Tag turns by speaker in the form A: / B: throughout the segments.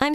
A: I'm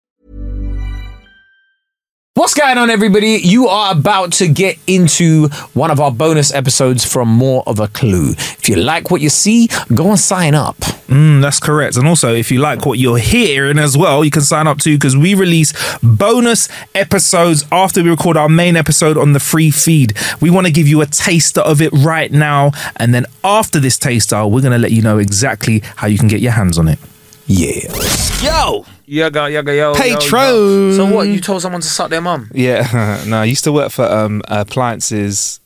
B: What's going on, everybody? You are about to get into one of our bonus episodes from More of a Clue. If you like what you see, go and sign up.
C: Mm, that's correct. And also, if you like what you're hearing as well, you can sign up too because we release bonus episodes after we record our main episode on the free feed. We want to give you a taster of it right now. And then after this taster, we're going to let you know exactly how you can get your hands on it.
B: Yeah.
C: Yo!
D: Yaga, yaga, yo. yo, yo.
C: Patron.
D: So what? You
E: Mm.
D: told someone to suck their mum?
E: Yeah, no, I used to work for um, appliances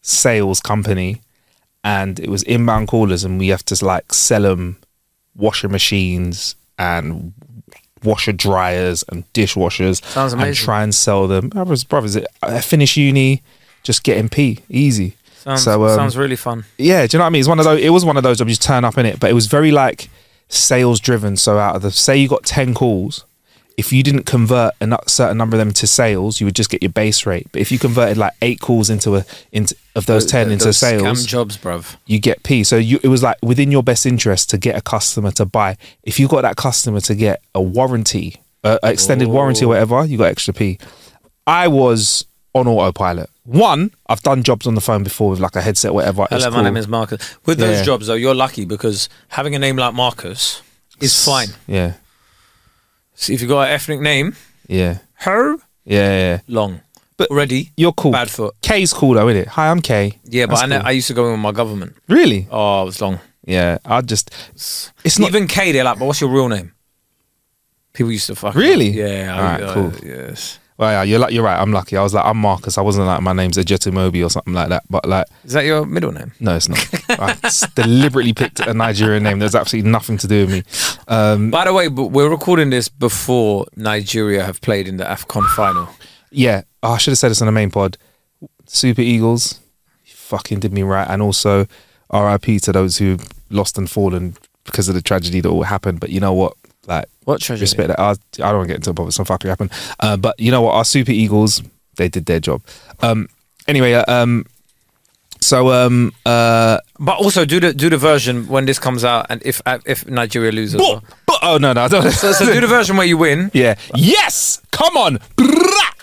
E: sales company, and it was inbound callers, and we have to like sell them washing machines and washer dryers and dishwashers.
D: Sounds
E: And
D: amazing.
E: try and sell them. I was brothers. I finished uh, uni, just getting P easy.
D: Sounds,
E: so um,
D: sounds really fun.
E: yeah, do you know what I mean? It's one of those. It was one of those jobs you turn up in it, but it was very like sales driven. So out of the say you got ten calls, if you didn't convert a nu- certain number of them to sales, you would just get your base rate. But if you converted like eight calls into a into of those ten into
D: Those
E: sales,
D: Scam jobs, bruv.
E: you get P. So you, it was like within your best interest to get a customer to buy. If you got that customer to get a warranty, uh, a extended warranty or
D: Oh.
E: whatever, you got extra P. I was on autopilot. One, I've done jobs on the phone before with like a headset, whatever. It's
D: Hello, my
E: cool.
D: name is Marcus. With those
E: Yeah.
D: jobs, though, you're lucky because having a name like Marcus is fine.
E: Yeah,
D: So if you got an ethnic name,
E: yeah,
D: her
E: yeah, yeah.
D: long,
E: But-
D: already
E: You're cool.
D: bad foot.
E: K's cool though, isn't it? Hi, I'm K.
D: Yeah, but
E: That's
D: I, know,
E: cool.
D: I used to go in with my government.
E: really.
D: Oh, it was long.
E: Yeah, I just. It's not
D: Even K, they're like, but what's your real name? People used to fuck.
E: Really?
D: Yeah.
E: Alright,
D: uh,
E: cool.
D: Yes.
E: Well, oh, yeah, you're like you're right. I'm lucky. I was like, I'm Marcus. I wasn't like my name's Ejetomobi or something like that. But like,
D: Is that your middle name?
E: no, it's not. I s- deliberately picked a Nigerian name. There's absolutely nothing to do with me. Um,
D: By the way, but we're recording this before Nigeria have played in the Afcon final.
E: yeah, oh, I should have said this on the main pod. Super Eagles, you fucking did me right, and also RIP to those who lost and fallen because of the tragedy that all happened. But you know what? Like,
D: What tragedy?
E: respect that. I, I don't want to get into a bother. Some fuckery happened. Uh, but you know what? Our Super Eagles, they did their job. Um, anyway, uh, um, so um, uh,
D: But also do the do the version when this comes out, and if if Nigeria loses. as well.
E: but, but oh no, no, I don't.
D: So, so do the version where you win.
E: Yeah. Yes. Come on. Brrrah.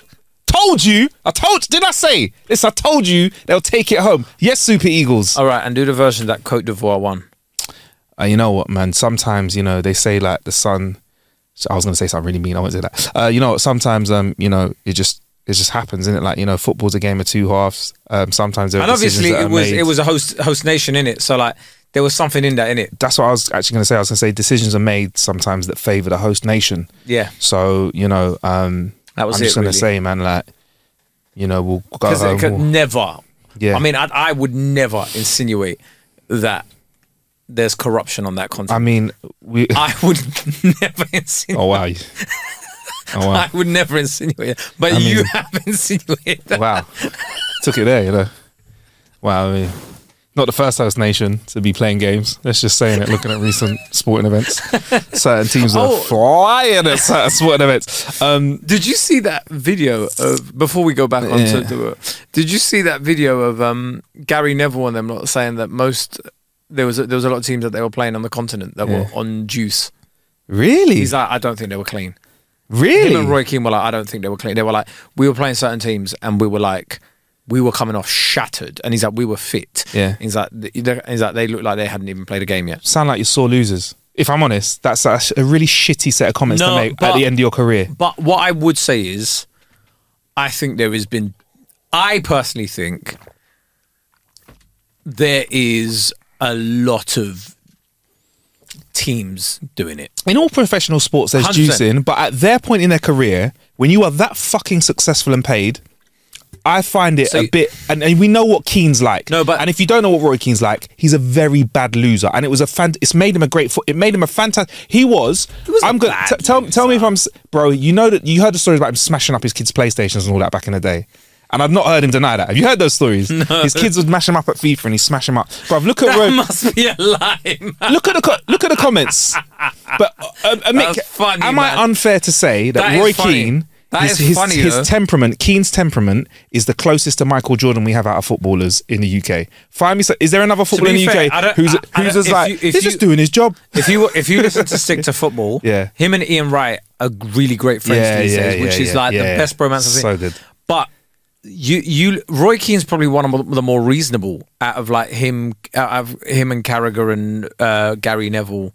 E: Told you. I told. Did I say this? I told you they'll take it home. Yes, Super Eagles.
D: All right, and do the version that Cote d'Ivoire won.
E: Uh, you know what, man? Sometimes you know they say like the sun. so I was gonna say something really mean. I won't say that. Uh, you know, what, sometimes um, you know, it just it just happens, isn't it? Like you know, football's a game of two halves. Um, sometimes there are
D: And obviously, it was it was
E: A-
D: a host host nation in it, so like there was something in that in it.
E: That's what I was actually gonna say. I was gonna say decisions are made sometimes that favour the host nation.
D: Yeah,
E: So you know, um,
D: That was
E: I'm
D: it,
E: just gonna
D: really.
E: say, man, like you know, we'll go
D: because
E: home.
D: it could
E: we'll-
D: never.
E: Yeah.
D: I mean, I, I would never insinuate that there's corruption on that
E: I
D: continent.
E: mean, we.
D: i would never insinuate.
E: oh wow! You- Oh wow!
D: I would never insinuate, it, but
E: I
D: you
E: mean-
D: have insinuated that.
E: wow! Took it there, you know. Wow! I mean, not the first host nation to be playing games. Let's just saying it. Looking at recent sporting events, certain teams are
D: Oh.
E: flying at certain sporting events. Um,
D: Did you see that video of before we go back onto the? Did you see that video of um, Gary Neville and them lot saying that most there was a, there was a lot of teams that they were playing on the continent that were
E: Yeah.
D: on juice.
E: really?
D: He's like, I don't think they were clean.
E: really?
D: Him and Roy Keane were like, I don't think they were clean. They were like, we were playing certain teams and we were like, we were coming off shattered. And he's like, we were fit.
E: Yeah.
D: He's like, th- they're- he's like, they looked like they hadn't even played a game yet.
E: Sound like you saw losers. If I'm honest, that's, that's a really shitty set of comments
D: No,
E: to make
D: but-
E: at the end of your career.
D: But what I would say is, I think there has been. I personally think there is a lot of teams doing it.
E: In all professional sports, there's
D: 100%.
E: juicing, but at their point in their career, when you are that fucking successful and paid, I find it
D: So
E: a
D: you-
E: bit. And, and we know what Keane's like.
D: No, but-
E: and if you don't know what Roy Keane's like, he's a very bad loser, and it was a fan. It's made him a great. Fo- it made him a fantastic. He was. I'm gonna t- tell tell me if I'm s- bro. You know that you heard the stories about him smashing up his kids' playstations and all that back in the day. And I've not heard him deny that. Have you heard those stories? His kids would mash him up at FIFA and he'd smash him up. Bro, look at
D: That
E: Roy
D: must be a lie. man.
E: look at the co- look at the comments. But uh, uh, Mick,
D: That's funny,
E: am
D: man.
E: I unfair to say that,
D: That is
E: Roy
D: funny.
E: Keane?
D: That
E: his,
D: is
E: his,
D: funny,
E: his
D: though.
E: temperament, Keane's temperament, is the closest to Michael Jordan we have out of footballers in the UK. Find me. so- Is there another footballer in
D: be
E: the
D: fair, I
E: UK
D: don't-
E: who's
D: I- I
E: who's
D: don't-
E: just
D: if
E: like
D: you- if
E: he's just
D: you-
E: doing his job?
D: If you if you listen to Stick to Football,
E: Yeah.
D: him and Ian Wright are really great friends
E: Yeah,
D: these
E: yeah,
D: days, which
E: yeah,
D: is
E: yeah,
D: like the
E: yeah.
D: best bromance I've seen.
E: So good.
D: But you you Roy Keane's probably one of the more reasonable out of like him out of him and Carragher and uh, Gary Neville.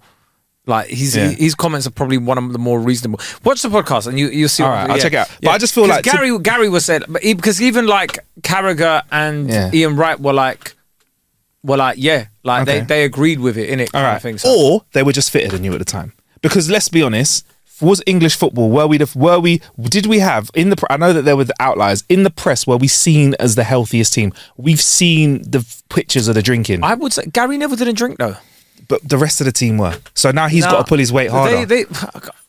D: Like his
E: Yeah.
D: his comments are probably one of the more reasonable. Watch the podcast and you you'll see.
E: All
D: what-
E: right, I'll check it out. But I just feel
D: 'Cause
E: like to-
D: Gary Gary was said, but he, because even like Carragher and
E: Yeah.
D: Ian Wright were like were like yeah, like they,
E: Okay.
D: they agreed with it in it.
E: All
D: I
E: right.
D: think
E: Or they were just fitter than you at the time. Because let's be honest, was English football were we the, were we did we have in the pre- I know that there were the outliers in the press were we seen as the healthiest team? We've seen the f- pictures of the drinking,
D: I would say Gary Neville didn't drink though.
E: but the rest of the team were. So now
D: He's
E: he's got to pull his weight harder.
D: They, they,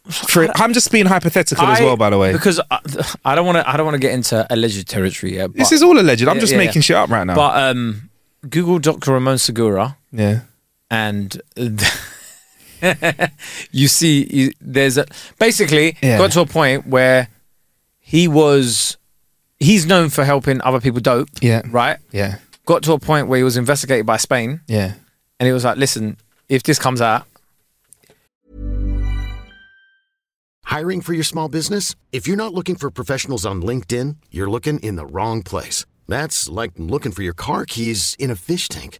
E: For- I'm just being hypothetical as
D: I-
E: well, by the way.
D: because I, I don't want to. I don't want to get into alleged territory yet.
E: This
D: but-
E: is all alleged. I'm
D: Yeah,
E: just
D: yeah,
E: making
D: yeah.
E: shit up right now.
D: But um, Google Dr. Ramon Segura,
E: yeah.
D: and you see, you, there's a basically
E: Yeah.
D: got to a point where he was. He's known for helping other people dope.
E: Yeah.
D: Right.
E: Yeah.
D: Got to a point where he was investigated by Spain,
E: Yeah.
D: and he was like, "Listen, if this comes out,
F: Hiring for your small business? If you're not looking for professionals on LinkedIn, you're looking in the wrong place. That's like looking for your car keys in a fish tank.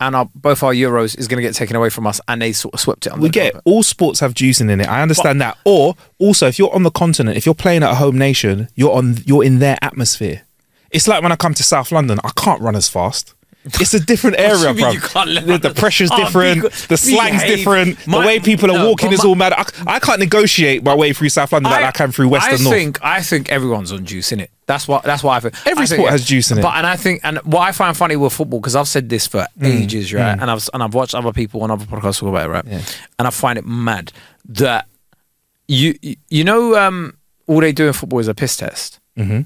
D: and our both our Euros is going to get taken away from us," and they sort of swept it. under
E: we
D: the
E: get it.
D: carpet.
E: all sports have juicing in it. I understand that. Or also, if you're on the continent, if you're playing at a home nation, you're on you're in their atmosphere. It's like when I come to South London, I can't run as fast. It's a different
D: What do
E: area,
D: you mean
E: bro.
D: you can't let-
E: The, the pressure's
D: Oh,
E: different.
D: be-
E: the slang's
D: behave.
E: different.
D: My-
E: the way people are
D: no,
E: walking
D: but
E: is
D: my-
E: all mad. I, c- I can't negotiate my way through South London like I can through West
D: I
E: and North.
D: think I think everyone's on juice in it. That's what that's what I think.
E: Every
D: I think-
E: sport has juice in it.
D: But and I think and what I find funny with football because I've said this for
E: Mm.
D: ages, right? And I've and I've watched other people on other podcasts talk about it, right? And I find it mad that you you- you know um, all they do in football is a piss test, mm-hmm.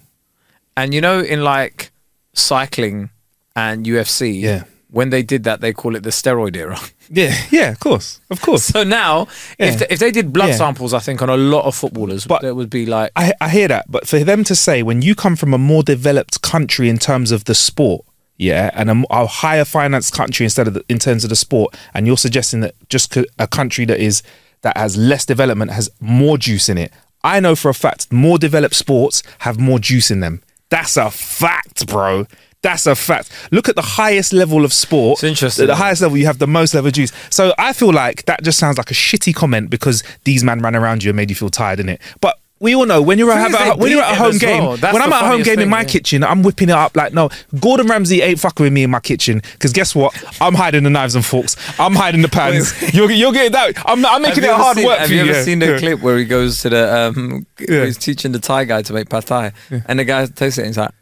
D: and you know in like cycling and UFC,
E: Yeah.
D: When they did that, they call it the steroid era.
E: yeah, yeah, of course, of course.
D: So now, if,
E: Yeah.
D: th if they did blood
E: Yeah.
D: samples, I think on a lot of footballers,
E: But-
D: there would be like
E: I, I hear that, but for them to say when you come from a more developed country in terms of the sport, yeah, and a, m- a higher finance country instead of the, in terms of the sport, and you're suggesting that just c- a country that is that has less development has more juice in it. I know for a fact more developed sports have more juice in them. That's a fact, bro. That's a fact. Look at the highest level of sport. It's interesting. At the highest level, you have the most level of juice. So I feel like that just sounds like a shitty comment because these men ran around you and made you feel tired, innit? But we all know when you're,
C: Thing
E: at,
C: is, they
E: at, when you're
C: beat
E: at a
C: him
E: home
C: as
E: game,
C: well. That's
E: when I'm
C: the
E: at a home
C: funniest
E: game in
C: thing,
E: my
C: yeah.
E: kitchen, I'm whipping it up like, no, Gordon Ramsay ain't fucking with me in my kitchen because guess what? I'm hiding the knives and forks. I'm hiding the pans. you're, you're getting that. I'm, I'm making it
D: Have you ever
E: hard
D: seen-
E: work
D: Have
E: for
D: you
E: you.
D: ever
E: yeah.
D: seen the
E: Yeah.
D: clip where he goes to the um, he's teaching the Thai guy to make pad thai, and the guy tastes it and he's like,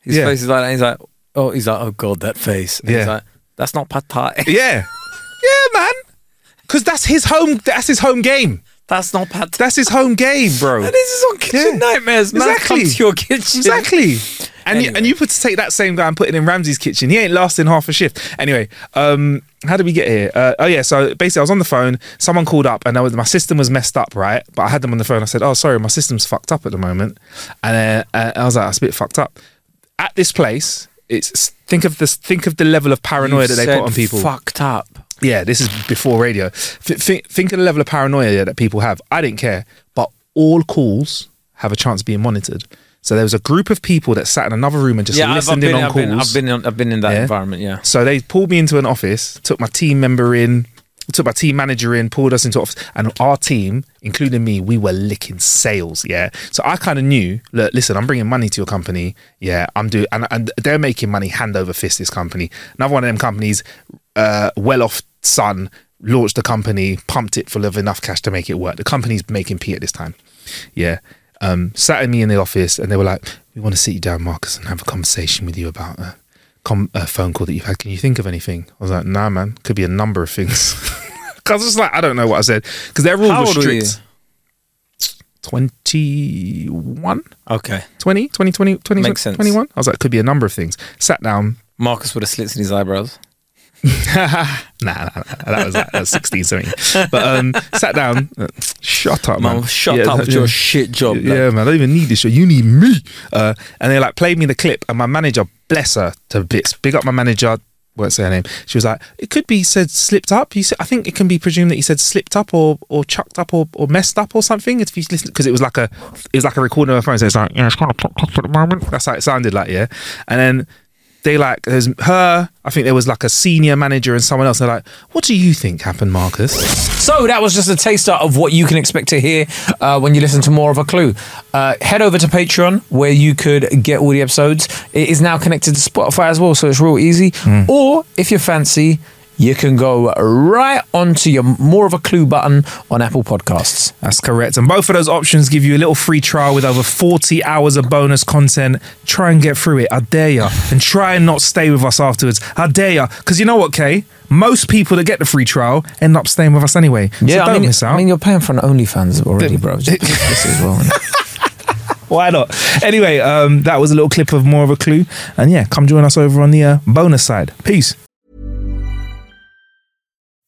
D: his
E: Yeah.
D: face is like, that, and he's like, oh, he's like, oh god, that face. And He's
E: Yeah.
D: like, that's not pad thai.
E: Yeah. Yeah, man. Cause that's his home. That's his home game.
D: That's not bad.
E: That's his home game, bro.
D: And this is on kitchen nightmares. Man,
E: Exactly.
D: come to your kitchen.
E: Exactly. And you, and you put to take that same guy and put it in Ramsey's kitchen. He ain't lasting half a shift. Anyway, um, how did we get here? Uh, oh yeah, so basically I was on the phone. Someone called up and I was, my system was messed up, right? But I had them on the phone. I said, "Oh, sorry, my system's fucked up at the moment." And uh, uh, I was like, "That's a bit fucked up." At this place, it's think of this. Think of the level of paranoia
D: You
E: that they
D: said
E: put on people.
D: Fucked up.
E: Yeah, this is before radio. Th- think, think of the level of paranoia that people have. I didn't care, but all calls have a chance of being monitored. So there was a group of people that sat in another room and just
D: yeah, I've, I've
E: listened
D: been,
E: in on
D: I've
E: calls.
D: been, I've been, on, I've been in that
E: Yeah.
D: environment. Yeah.
E: So they pulled me into an office, took my team member in, took my team manager in, pulled us into office, and our team, including me, we were licking sales. Yeah. So I kind of knew, look, listen, I'm bringing money to your company. Yeah, I'm doing, and, and they're making money hand over fist. This company, another one of them companies, uh, well off son launched the company, pumped it full of enough cash to make it work. The company's making P at this time. Yeah. Um, sat in me in the office and they were like, we want to sit you down, Marcus, and have a conversation with you about uh, com- a phone call that you've had. Can you think of anything? I was like, nah, man. Could be a number of things. Because I was like, I don't know what I said. Because their rules
D: How
E: were
D: old were you?
E: strict. 21?
D: Okay.
E: 20? 20, 20, 20,
D: Makes sense.
E: 21? I was like, could be a number of things. Sat down.
D: Marcus with the slits in his eyebrows.
E: nah, nah, nah, that was like that was 16, 17. But um, sat down. uh, Shut up, man.
D: Man, shut up with your shit job,
E: Yeah,
D: like.
E: man. I don't even need this shit. You need me. Uh, and they like played me the clip, and my manager, bless her to bits, big up my manager. Won't say her name. She was like, "It could be said slipped up." You said, I think it can be presumed that you said slipped up or or chucked up or, or messed up or something. If you listen, because it was like a it was like a recording of a phone. So it's like, yeah, it's kind of plucked up at the moment. That's how it sounded like, yeah. And then they like there's her. I think there was like a senior manager and someone else. They're like, "What do you think happened, Marcus?"
B: So that was just a taster of what you can expect to hear uh, when you listen to more of a clue. Uh, head over to Patreon where you could get all the episodes. It is now connected to Spotify as well, so it's real easy. Or if you fancy, you can go right onto your more of a clue button on Apple Podcasts.
E: That's correct. And both of those options give you a little free trial with over 40 hours of bonus content. Try and get through it. I dare ya. And try and not stay with us afterwards. I dare ya. Because you know what, Kay? Most people that get the free trial end up staying with us anyway. so
B: Yeah,
E: don't
B: I mean,
E: miss out.
B: I mean, you're paying for an OnlyFans already, bro. Just do this as well. innit?
E: Why not? Anyway, um, that was a little clip of more of a clue. And yeah, come join us over on the uh, bonus side. Peace.